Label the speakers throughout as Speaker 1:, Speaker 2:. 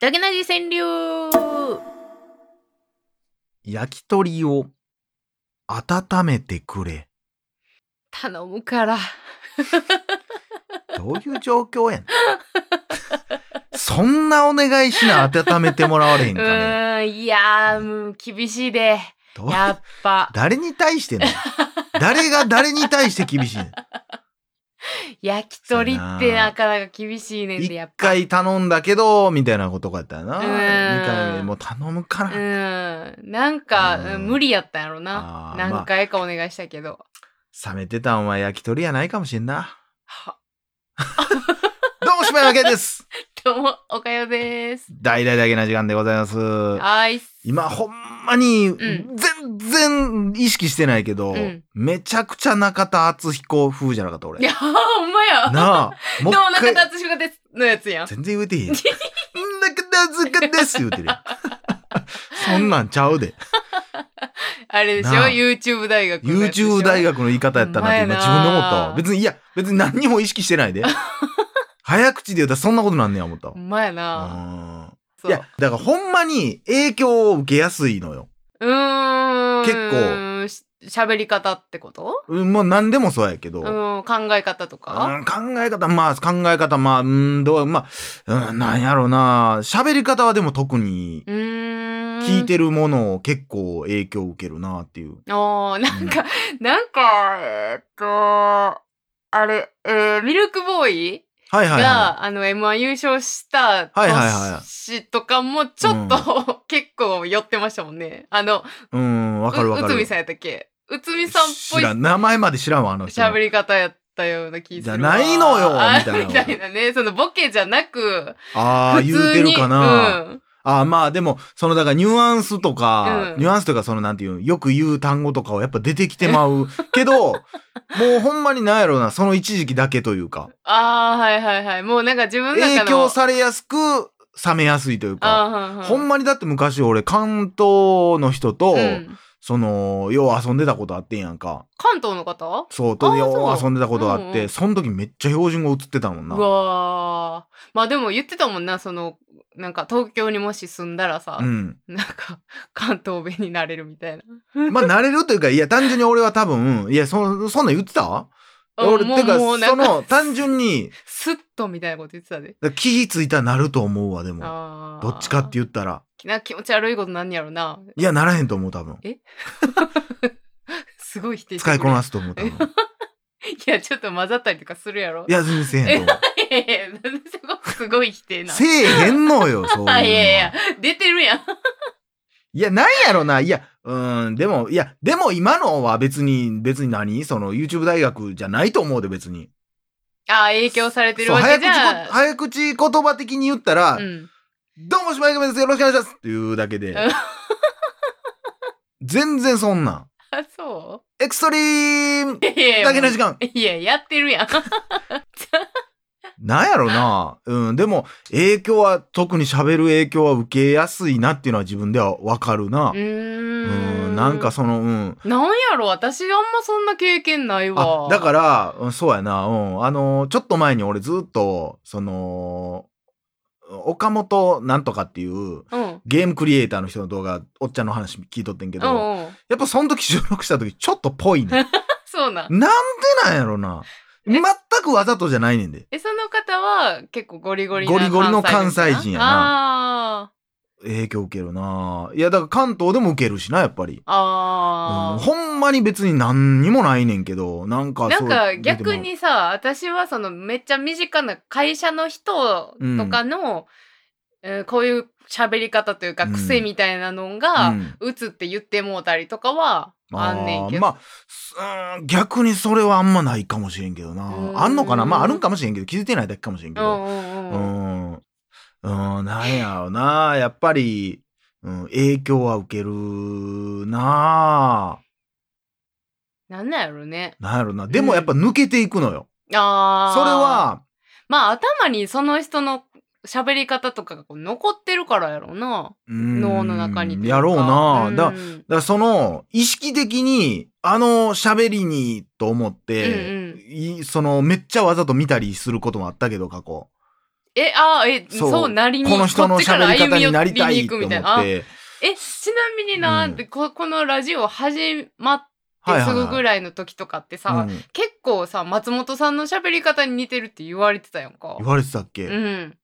Speaker 1: ダゲナジ川柳
Speaker 2: 焼き鳥を温めてくれ。
Speaker 1: 頼むから。
Speaker 2: どういう状 況やねん。そんなお願いしな温めてもらわれへん
Speaker 1: う
Speaker 2: かね。
Speaker 1: ーん、いやー、もう厳しいで。
Speaker 2: どう
Speaker 1: やっぱ、
Speaker 2: 誰に対してね。誰が誰に対して厳しいねん。
Speaker 1: 焼き鳥ってなかなか厳しいねんで、や
Speaker 2: 一
Speaker 1: っぱ。
Speaker 2: 回頼んだけど、みたいなことかったよな。
Speaker 1: う
Speaker 2: 二
Speaker 1: ん
Speaker 2: 回目もう頼むか
Speaker 1: う
Speaker 2: ら。
Speaker 1: ん、なんか、
Speaker 2: うん
Speaker 1: うん無理やったんやろな
Speaker 2: あ。ー
Speaker 1: 何回かお願いしたけど。
Speaker 2: 冷めてたんは焼き鳥やないかもしんな。
Speaker 1: は
Speaker 2: どうも、島山けです。
Speaker 1: どうも、おかよです。
Speaker 2: 大々だけな時間でございます。
Speaker 1: はーい。
Speaker 2: 今、ほんまに、
Speaker 1: ん
Speaker 2: 全然意識してないけど、
Speaker 1: うん
Speaker 2: めちゃくちゃ中田敦彦風じゃなかった、俺。
Speaker 1: いや、ほんまや。
Speaker 2: なあ、も
Speaker 1: ど
Speaker 2: う
Speaker 1: うも、
Speaker 2: 一
Speaker 1: 中
Speaker 2: 回
Speaker 1: 田敦彦です。のやつやん。
Speaker 2: 全然言うてへ んやん。中田敦彦です言うてるやん。そんなんちゃうで。
Speaker 1: あれでしょ
Speaker 2: なあ
Speaker 1: ?YouTube 大学のやつでしょ。
Speaker 2: YouTube 大学の言い方やったなって今自分で思
Speaker 1: ほん
Speaker 2: った
Speaker 1: まやな
Speaker 2: わ。別に、いや、別に何にも意識してない で。早口で言うたらそんなことなんねや思ったわ
Speaker 1: ほ。んまやな。
Speaker 2: うん
Speaker 1: そ
Speaker 2: いうや、だからほんまに影響を受けやすいのよ。
Speaker 1: うーん。
Speaker 2: 結
Speaker 1: 構。喋り方ってこと
Speaker 2: うんまあ何でもそうやけど。
Speaker 1: うん、考え方と
Speaker 2: う
Speaker 1: か
Speaker 2: ん、考え方、まあ、考え方、まあ、うん、どう、まあ、うん、なんやろうな。喋り方はでも特に
Speaker 1: う、ーん。
Speaker 2: 聞いてるものを結構影響を受けるなっていう。
Speaker 1: ああ、なんか、 なんか、えーっと、あれ、えーミルクボーイ
Speaker 2: はいはいは
Speaker 1: が、あの、M1 優勝した
Speaker 2: はいはいはい
Speaker 1: 年とかも、ちょっと、 結構寄ってましたもんね。あの、
Speaker 2: い。うん、わかるわ
Speaker 1: う
Speaker 2: か
Speaker 1: うつみ
Speaker 2: る。
Speaker 1: さんやったっけうつみさんっぽ
Speaker 2: 知ら
Speaker 1: い
Speaker 2: ん名前まで知らんわ、あの人の。
Speaker 1: 喋り方やったような気するわ。
Speaker 2: じゃないのよ
Speaker 1: あ
Speaker 2: みたいな
Speaker 1: みたいなね。そのボケじゃなく、
Speaker 2: ああ、
Speaker 1: 普
Speaker 2: 言う
Speaker 1: 通
Speaker 2: て
Speaker 1: に。
Speaker 2: るかな。
Speaker 1: うん。
Speaker 2: ああ、まあでも、その、だからニュアンスとか、
Speaker 1: うん
Speaker 2: ニュアンスとか、その、なんていうんよく言う単語とかはやっぱ出てきてま う。けど、もうほんまになんやろうな、その一時期だけというか。
Speaker 1: ああ、はいはいはい。もうなんか自分の中の。
Speaker 2: 影響されやすく、冷めやすいというか。
Speaker 1: あー、
Speaker 2: ほんまにだって昔俺、関東の人と、
Speaker 1: うん
Speaker 2: その、よう遊んでたことあってんやんか。
Speaker 1: 関東の方
Speaker 2: そう、
Speaker 1: あ
Speaker 2: と
Speaker 1: ー
Speaker 2: よ
Speaker 1: そう
Speaker 2: う遊んでたことあっ
Speaker 1: うんう
Speaker 2: て、
Speaker 1: ん
Speaker 2: その時めっちゃ標準語映ってたもんな。
Speaker 1: うわーまあでも言ってたもんなそのなんか東京にもし住んだらさ、
Speaker 2: うん。
Speaker 1: なんか 関東弁になれるみたいな
Speaker 2: まあ、慣れるというか、いや、単純に俺は多分、いや、そ、そんなん言ってた俺、
Speaker 1: も
Speaker 2: てか、
Speaker 1: もうな
Speaker 2: そ
Speaker 1: んか
Speaker 2: の、単純に、
Speaker 1: スッとみたいなこと言ってたで
Speaker 2: 気ぃついたらなると思うわ、でも。
Speaker 1: あ
Speaker 2: どっちかって
Speaker 1: いう
Speaker 2: 言ったら。
Speaker 1: な気持ち悪いことなんやろない
Speaker 2: や、ならへんと思う、多分。
Speaker 1: すごい否定してく
Speaker 2: 使
Speaker 1: る
Speaker 2: いこなすと思う、多分。
Speaker 1: いやちょっと混ざったりとかするやろ
Speaker 2: いや、全然せえへんと思う。
Speaker 1: いやいや なんでそこすごい否定な
Speaker 2: せえへんのよ、 そういうのは。
Speaker 1: いやいや
Speaker 2: い
Speaker 1: 出てるやん
Speaker 2: や、なんやろな。いや、うーん、でも、いや、でも今のは別に、別に何その、YouTube 大学じゃないと思うで、別に。
Speaker 1: あー影響されてる
Speaker 2: そう
Speaker 1: わ
Speaker 2: 早
Speaker 1: け
Speaker 2: 口
Speaker 1: じゃ
Speaker 2: こ早口言葉的に言ったら、
Speaker 1: うん
Speaker 2: どうも、島井亀です。よろしくお願いします。っていうだけで
Speaker 1: うん。
Speaker 2: 全然そんなん。
Speaker 1: あそ
Speaker 2: エクストリーム
Speaker 1: ういやいや
Speaker 2: だけの時間。
Speaker 1: いややってるやん
Speaker 2: なんやろな。うん。でも、影響は、特に喋る影響は受けやすいなっていうのは自分ではわかるな
Speaker 1: う。ー
Speaker 2: うんん。なんかその、うん。
Speaker 1: なんやろ私あんまそんな経験ないわ
Speaker 2: あ、だから、うんそうやな。うん。あのー、ちょっと前に俺ずっと、その、岡本なんとかっていう
Speaker 1: らうん
Speaker 2: ゲームクリエイターの人の動画、おっちゃんの話聞いとってんけど、
Speaker 1: うんうん
Speaker 2: やっぱその時収録した時ちょっとぽ いね。
Speaker 1: そうなん
Speaker 2: なんでなんやろな。
Speaker 1: え
Speaker 2: 全くわざとじゃないねんで。
Speaker 1: えその方は結構ゴリゴリな
Speaker 2: ゴリゴリの関西人や
Speaker 1: なあ
Speaker 2: 影響受けるな。いや、だから関東でも受けるしな、やっぱり。
Speaker 1: ーあ
Speaker 2: うん
Speaker 1: ー、
Speaker 2: ほんまに別に何にもないねんけど、なんか
Speaker 1: な
Speaker 2: そ
Speaker 1: ん
Speaker 2: う
Speaker 1: か逆、にさ私はそのめっちゃ身近な会社の人とかの、えーこういう喋り方というか
Speaker 2: うん
Speaker 1: 癖みたいなの
Speaker 2: う
Speaker 1: が、うんつって言ってもうたりとかはあんねんけど
Speaker 2: あーまあ、すうん逆にそれはあんまないかもしれんけど
Speaker 1: う
Speaker 2: な。
Speaker 1: ん
Speaker 2: あんのかなまあ、あるんかもしれんけど、気づいてないだけかもしれんけ
Speaker 1: うん
Speaker 2: ど。
Speaker 1: うん
Speaker 2: う
Speaker 1: うん
Speaker 2: ん。うん、なんやろな。やっぱり、うん、影響は受けるな。
Speaker 1: なんなんやろね
Speaker 2: なんやろな。でもやっぱ抜けていくのよ。
Speaker 1: ああ
Speaker 2: それは、
Speaker 1: まあ頭にその人の喋り方とかがこう残ってるからやろうな脳
Speaker 2: 脳
Speaker 1: の中にといか
Speaker 2: やろうな。だだ
Speaker 1: う
Speaker 2: か
Speaker 1: ん
Speaker 2: らその、意識的に、あの喋りに、と思っ
Speaker 1: うんう
Speaker 2: て、
Speaker 1: んうん。
Speaker 2: いその、めっちゃわざと見たりすることもあったけど、過去。
Speaker 1: え、あーえ、
Speaker 2: そう
Speaker 1: そうなりに、
Speaker 2: この人
Speaker 1: こ
Speaker 2: の
Speaker 1: っちから
Speaker 2: 喋り
Speaker 1: 歩
Speaker 2: 方
Speaker 1: み寄
Speaker 2: に
Speaker 1: っ
Speaker 2: なりたい
Speaker 1: 見に
Speaker 2: と
Speaker 1: 行
Speaker 2: 思
Speaker 1: くみた
Speaker 2: っ
Speaker 1: いな。あ
Speaker 2: て。
Speaker 1: え、ちなみにな、
Speaker 2: うん
Speaker 1: こ、このラジオ始まっ
Speaker 2: は
Speaker 1: て
Speaker 2: いはい
Speaker 1: す
Speaker 2: はい
Speaker 1: ぐぐらいの時とかってさ、
Speaker 2: うん
Speaker 1: 結構さ、松本さんの喋り方に似てるって言われてたやんか。
Speaker 2: 言われてたっけ、
Speaker 1: うん。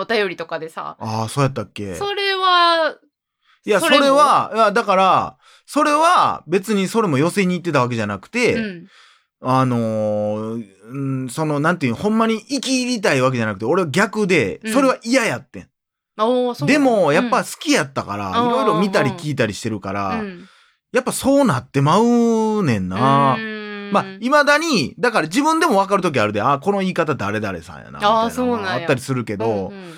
Speaker 1: お便りとかでさ、
Speaker 2: ああ、そうやったっけ
Speaker 1: それは、
Speaker 2: いや、そ
Speaker 1: それ
Speaker 2: れ
Speaker 1: も
Speaker 2: は、いや、だから、それは別にそれも寄せに行ってたわけじゃなくて、
Speaker 1: うん。
Speaker 2: あのーうん、その、なんていう、ほんまに生き入りたいわけじゃなくて、俺は逆で、
Speaker 1: うん
Speaker 2: それは嫌やってん。
Speaker 1: あおーそう
Speaker 2: でも、やっ
Speaker 1: う
Speaker 2: ぱ
Speaker 1: ん
Speaker 2: 好きやったから、
Speaker 1: うん
Speaker 2: いろいろ見たり
Speaker 1: うん
Speaker 2: 聞いたりしてるから、
Speaker 1: うん
Speaker 2: やっぱそうなってまうねんな。
Speaker 1: うーん
Speaker 2: まあ、未だに、だから自分でも分かる時あるで、あー、この言い方誰々さんやな、みたいな
Speaker 1: あーそうなんや
Speaker 2: まああったりするけ
Speaker 1: うんう
Speaker 2: ど、
Speaker 1: ん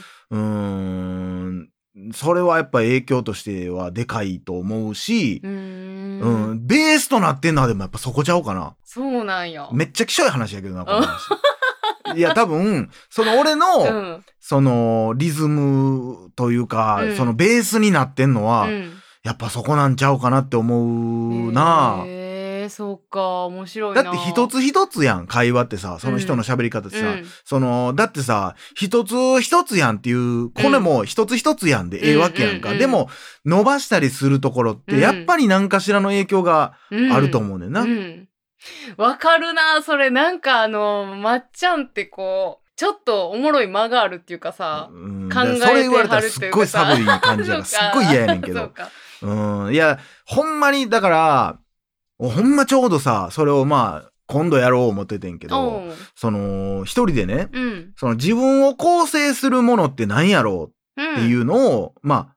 Speaker 2: うーん、それはやっぱ影響としてはでかいと思うし、
Speaker 1: うーん
Speaker 2: うん、ベースとなってんのはでもやっぱそこちゃうかな。
Speaker 1: そうなんや。
Speaker 2: めっちゃきしょい話やけどな、この話。いや、多分、その俺の、
Speaker 1: うん
Speaker 2: その、リズムというか、
Speaker 1: うん
Speaker 2: そのベースになってんのは、
Speaker 1: うん
Speaker 2: やっぱそこなんちゃうかなって思うな、
Speaker 1: へえそうか面白い
Speaker 2: だ
Speaker 1: な。
Speaker 2: って一つ一つやん、会話ってさ、その人の喋り方ってさ、
Speaker 1: うん
Speaker 2: その、だってさ、一つ一つやんっていう、これも一つ一つやんでええわけやんか。
Speaker 1: うんうんうん
Speaker 2: でも、伸ばしたりするところって、
Speaker 1: うん
Speaker 2: やっぱり何かしらの影響が
Speaker 1: うん
Speaker 2: あると思うねんな。
Speaker 1: うんわかるなそれなんかあのまっちゃんってこうちょっとおもろい間があるっていうかさ。
Speaker 2: うん、
Speaker 1: 考えて
Speaker 2: それ言われた
Speaker 1: は
Speaker 2: ら
Speaker 1: る
Speaker 2: す
Speaker 1: とい
Speaker 2: っ
Speaker 1: う
Speaker 2: ごい
Speaker 1: かさ
Speaker 2: 寒い感じやからす
Speaker 1: そうか
Speaker 2: っごい嫌やねんけ
Speaker 1: そ
Speaker 2: ど
Speaker 1: うか
Speaker 2: うんいやほんまにだからほんまちょうどさそれをまあ今度やろう思っててんけ
Speaker 1: お
Speaker 2: ど
Speaker 1: う
Speaker 2: その一人でね
Speaker 1: うん
Speaker 2: その自分を構成するものって何やろ
Speaker 1: うん
Speaker 2: うっていうのを、まあ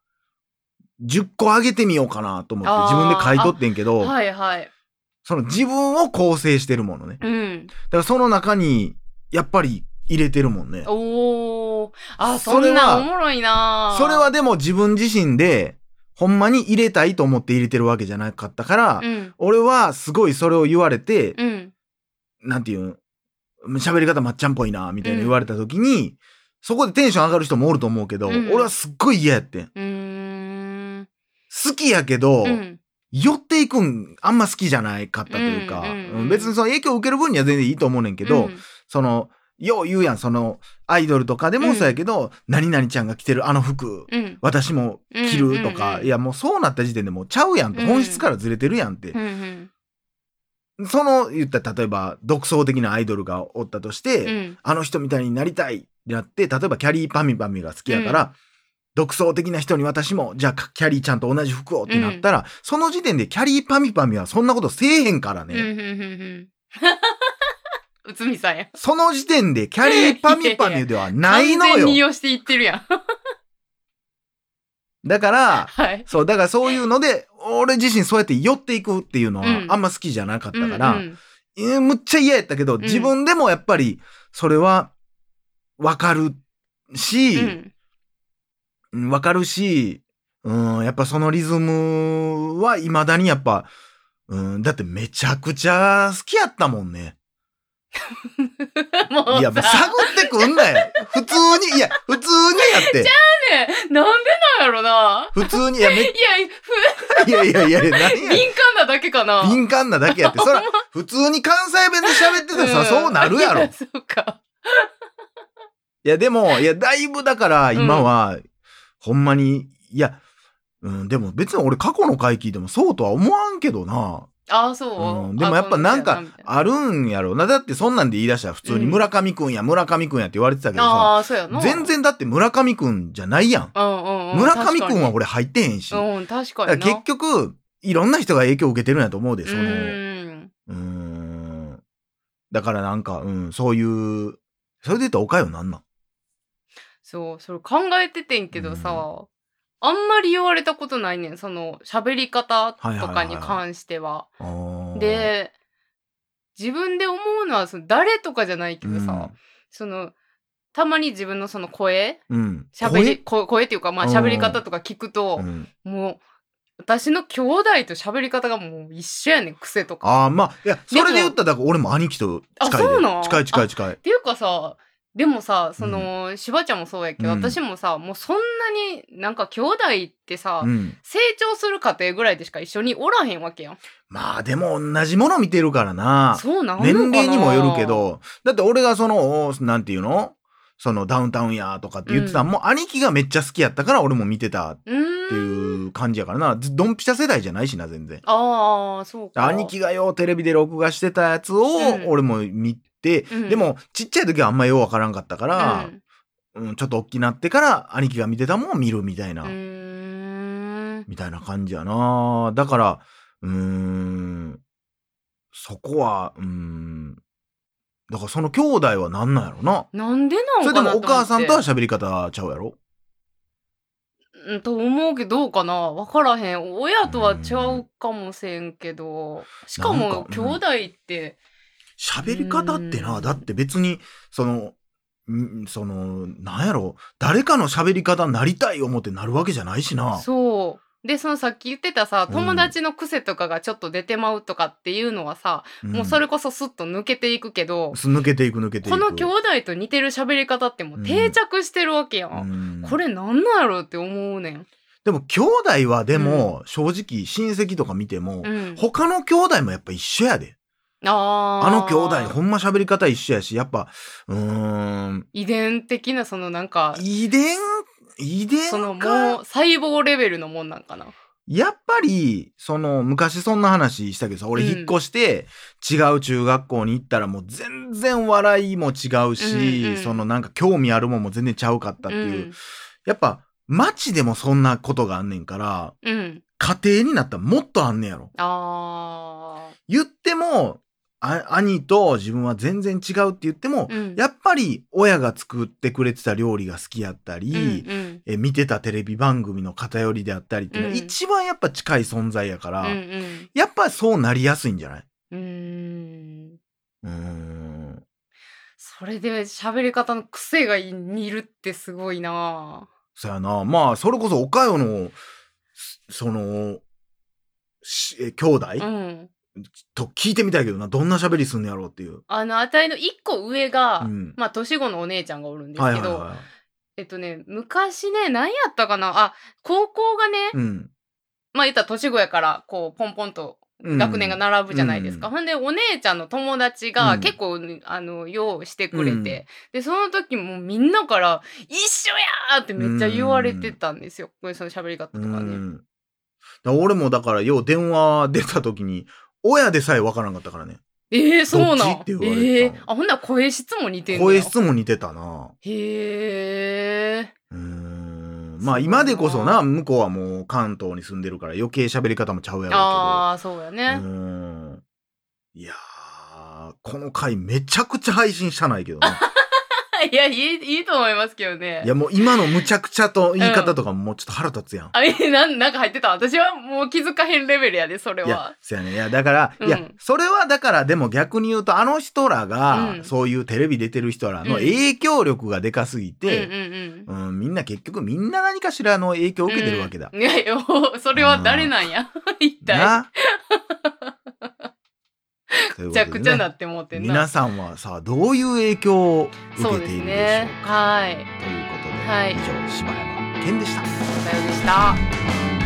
Speaker 2: 10個上げてみようかなと思って
Speaker 1: あー
Speaker 2: 自分で買い取ってんけど、
Speaker 1: はいはい
Speaker 2: その自分を構成してるものねだ
Speaker 1: うん
Speaker 2: からその中にやっぱり入れてるもんね
Speaker 1: おおあ
Speaker 2: そ
Speaker 1: そ
Speaker 2: れ
Speaker 1: ん
Speaker 2: は
Speaker 1: なんおもろいな
Speaker 2: それはでも自分自身で、ほんまに入れたいと思って入れてるわけじゃなかったから、
Speaker 1: うん
Speaker 2: 俺はすごいそれを言われて、
Speaker 1: うん
Speaker 2: なんていうん喋り方まっちゃんっぽいな、みたいな言われた時に、そこでテンション上がる人もおると思うけど、
Speaker 1: うん
Speaker 2: 俺はすっごい嫌やってん。
Speaker 1: うーん
Speaker 2: 好きやけど、
Speaker 1: うん
Speaker 2: 寄っていくん、あんま好きじゃないかったというか、
Speaker 1: うんうんうん
Speaker 2: うん別にその影響を受ける分には全然いいと思うねんけど、
Speaker 1: うん
Speaker 2: その、よう言うやん、その、アイドルとかでもそうやけど、何々ちゃんが着てるあの服、
Speaker 1: うん
Speaker 2: 私も着るとか、
Speaker 1: うんうんうん
Speaker 2: いやもうそうなった時点でもうちゃうやんと、
Speaker 1: うん
Speaker 2: 本質からずれてるやんって
Speaker 1: う、んうん
Speaker 2: その言ったら例えば独創的なアイドルがおったとして、
Speaker 1: うん
Speaker 2: あの人みたいになりたいってなって例えばキャリーパミュパミュが好きやから、独創的な人に私もじゃあキャリーちゃんと同じ服をってなったら、その時点でキャリーパミュパミュはそんなことせえへんからね、
Speaker 1: うんうんうんうん。 うつみさんや。
Speaker 2: その時点でキャリーパミュパミュではないの
Speaker 1: 完全に
Speaker 2: よ
Speaker 1: 用していってるやん。
Speaker 2: だから
Speaker 1: はい。
Speaker 2: そうだからそういうので俺自身そうやって寄っていくっていうのは
Speaker 1: うん
Speaker 2: あんま好きじゃなかったから、
Speaker 1: うん
Speaker 2: えーむっちゃ嫌やったけど、
Speaker 1: ん
Speaker 2: 自分でもやっぱり、それは、わかる
Speaker 1: う
Speaker 2: し、
Speaker 1: ん
Speaker 2: うんわ、かるし、うん、やっぱそのリズムは未だにやっぱ、うん、だってめちゃくちゃ好きやったもんね。
Speaker 1: うんもうさ
Speaker 2: いや、もう探ってくんなよ。普通に、いや、普通にやって。
Speaker 1: ねえなんでなんやろな。
Speaker 2: 普通に、いや、め
Speaker 1: いや、ふ
Speaker 2: いやいやいや、何や。
Speaker 1: 敏感なだけかな。
Speaker 2: 敏感なだけやって。そら、普通に関西弁で喋ってたらさ、そうなるやろ
Speaker 1: い。 そうか。
Speaker 2: いや、でも、いや、だいぶだから、今は、ほんまに、いや、うん、でも別に俺過去の回聞いてもそうとは思わんけどな。
Speaker 1: ああ、そう、
Speaker 2: うん、でもやっぱなん
Speaker 1: あ
Speaker 2: かあるんやろな。だってそんなんで言い出したら普通に
Speaker 1: うん
Speaker 2: 村上くんや、村上くんやって言われてたけどさ、
Speaker 1: あー、そうやな。
Speaker 2: 全。然だって村上くんじゃないやん。
Speaker 1: うんうんうん。
Speaker 2: 村上くんは
Speaker 1: 確
Speaker 2: 俺入ってへんし。
Speaker 1: かに。うん、確か
Speaker 2: だから
Speaker 1: にな。
Speaker 2: 結局、いろんな人が影響を受けてるんやと思うで、その、
Speaker 1: う。
Speaker 2: うんーん。だからなんか、うん、そういう、それで言ったらおかよなんなん
Speaker 1: そう、それ考えててんけどさ、あんまり言われたことないねん、その喋り方とかに関しては。
Speaker 2: あー、
Speaker 1: で、自分で思うのはその誰とかじゃないけどさ、そのたまに自分のその声
Speaker 2: うん。
Speaker 1: 喋り声声っていうかまあ
Speaker 2: うん
Speaker 1: 喋り方とか聞くと
Speaker 2: 声、うん
Speaker 1: もう私の兄弟と喋り方がもう一緒やねん癖とか。
Speaker 2: ああ、まあ、いや、そ
Speaker 1: でも
Speaker 2: れで言ったら、だから俺も兄貴と近いで。
Speaker 1: あそうなん
Speaker 2: 近い近い近い
Speaker 1: っ。ていうかさでもさその、しばちゃんもそうやけど、
Speaker 2: うん
Speaker 1: 私もさもうそんなになんか兄弟ってさ、
Speaker 2: うん。
Speaker 1: 成長する過程ぐらいでしか一緒におらへんわけやん。
Speaker 2: まあでも同じもの見てるからな。
Speaker 1: そうなのか
Speaker 2: 年
Speaker 1: な
Speaker 2: 齢にもよるけ。ど、だって俺がその、おなんていうのそのダウンタウンやとかって言ってたん、も兄貴がめっちゃ好きやったから俺も見てたっ
Speaker 1: うーん。
Speaker 2: ていう感じやからな。ドンピシャ世代じゃないしな、全然。
Speaker 1: ああそうか。
Speaker 2: 兄貴がようテレビで録画してたやつを
Speaker 1: うん
Speaker 2: 俺も見て、
Speaker 1: うん
Speaker 2: でもちっちゃい時はあんまようわからんかったか
Speaker 1: う
Speaker 2: ら、
Speaker 1: ん
Speaker 2: うんちょっと大きなってから兄貴が見てたもんを見るみたいな、
Speaker 1: うーん。
Speaker 2: みたいな感じやなだからうーんそこはうーんだからその兄弟は何なんやろな
Speaker 1: なんでなの
Speaker 2: それで
Speaker 1: かな
Speaker 2: もお母さんとは
Speaker 1: と思って
Speaker 2: 喋り方ちゃうやろ
Speaker 1: うんと思うけどどうかな分からへん親とはちゃうかもせんけどしか
Speaker 2: なん
Speaker 1: も
Speaker 2: か
Speaker 1: 兄
Speaker 2: うん
Speaker 1: 弟って
Speaker 2: 喋り方って
Speaker 1: う
Speaker 2: なんだって別にそのんそのなんやろ誰かの喋り方になりたい思ってなるわけじゃないしな。
Speaker 1: そうでそのさっき言ってたさ
Speaker 2: うん
Speaker 1: 友達の癖とかがちょっと出てまうとかっていうのはさ、もうそれこそスッと抜けていくけど、
Speaker 2: す抜けていく抜けてい
Speaker 1: こ
Speaker 2: く
Speaker 1: の兄弟と似てる喋り方ってもう定着してるわけやん、
Speaker 2: うん
Speaker 1: これなんなんやろって思うねん、
Speaker 2: でも兄弟はでも正直親戚とか見ても、
Speaker 1: うん、
Speaker 2: 他の兄弟もやっぱ一緒やで
Speaker 1: あー
Speaker 2: あの兄弟ほんま喋り方一緒やしやっぱうーん
Speaker 1: 遺伝的なそのなんか
Speaker 2: 遺伝遺
Speaker 1: その
Speaker 2: 伝
Speaker 1: も
Speaker 2: か
Speaker 1: う細胞レベルのもんなんかな
Speaker 2: やっぱりその昔そんな話したけどさ俺
Speaker 1: うん
Speaker 2: 引っ越して違う中学校に行ったらもう全然笑いも違うし、
Speaker 1: うんうん
Speaker 2: そのなんか興味あるもんも全然ちゃうかったっていう、
Speaker 1: ん
Speaker 2: やっぱ街でもそんなことがあんねんから
Speaker 1: うん。
Speaker 2: 家庭になったらもっとあんねやろ。
Speaker 1: あ
Speaker 2: 言っても、あ兄と自分は全然違うって言っても
Speaker 1: あ。、うん。
Speaker 2: やっぱり親が作ってくれてた料理が好きやったり、
Speaker 1: うんうん。
Speaker 2: え見てたテレビ番組の偏りであったりっていうの
Speaker 1: う
Speaker 2: は
Speaker 1: ん
Speaker 2: 一番やっぱ近い存在やから、
Speaker 1: うんうん。
Speaker 2: やっぱそうなりやすいんじゃないう
Speaker 1: ーん。
Speaker 2: うーん。
Speaker 1: それで喋り方の癖が似るってすごいな
Speaker 2: そやな。まあ、それこそ岡代の、すその、しえ兄弟、
Speaker 1: ぁうん。
Speaker 2: と聞いてみたいけどな、どんな喋りすんのやろうっていう。
Speaker 1: あの、あたいの一個上が、
Speaker 2: うん
Speaker 1: まあ、年子のお姉ちゃんがおるんです
Speaker 2: はい
Speaker 1: け
Speaker 2: はい
Speaker 1: ど、
Speaker 2: は
Speaker 1: えっとね、昔ね、何やったかなあ、高校がね、
Speaker 2: い。うん。
Speaker 1: まあ、言ったら年子やから、こう、ポンポンと学年が並ぶじゃないですか。
Speaker 2: う
Speaker 1: ほんで、お姉ちゃんの友達
Speaker 2: う
Speaker 1: が
Speaker 2: ん
Speaker 1: 結構、あの、用意してくれて、
Speaker 2: うん
Speaker 1: で、その時もうみんなから、一緒やーってめっちゃ言われてたんですよ。これその喋り方と
Speaker 2: う
Speaker 1: かね。
Speaker 2: ん。だから俺もだから、よう電話出た時に、親でさえわからんかったからね。
Speaker 1: ええそうなん。
Speaker 2: どっちって言われた
Speaker 1: ええあ、ほんなら声質も似てる
Speaker 2: 声質も似てたな。
Speaker 1: へえ。
Speaker 2: うーん。まあ
Speaker 1: そうだな
Speaker 2: 今でこそな、向こうはもう関東に住んでるから余計喋り方もちゃうやろ
Speaker 1: ああ、そうや
Speaker 2: うけ
Speaker 1: ね
Speaker 2: ど。。うーん。いやー、この回めちゃくちゃ配信したないけ どな。
Speaker 1: いやいい、いいと思いますけどね。
Speaker 2: いやもう今のむちゃくちゃと言い方とかもうちょっと腹立つやん。
Speaker 1: あれ、なん、なんか入ってた私はもう気づかへんレベルやで、それ
Speaker 2: いや
Speaker 1: は。、
Speaker 2: そうやね。いや、だから、
Speaker 1: うん
Speaker 2: いや、それはだから、でも逆に言うと、あの人らが、
Speaker 1: うん
Speaker 2: そういうテレビ出てる人らの
Speaker 1: うん
Speaker 2: 影響力がでかす
Speaker 1: う
Speaker 2: ぎ
Speaker 1: んう
Speaker 2: て、
Speaker 1: んうん。
Speaker 2: うん、みんな結局みんな何かしらの影響を受けてるわけだ。
Speaker 1: うんいやいや、おそれは誰なんや。 一体。
Speaker 2: な。め
Speaker 1: めちゃくちゃなって思ってん
Speaker 2: 皆
Speaker 1: な。
Speaker 2: さんはさどういう影響を受
Speaker 1: そ
Speaker 2: け
Speaker 1: うで
Speaker 2: て
Speaker 1: す
Speaker 2: いるでしょうか
Speaker 1: ね。はい。
Speaker 2: ということで、
Speaker 1: はい
Speaker 2: 以上柴山健でした。
Speaker 1: お便りでした。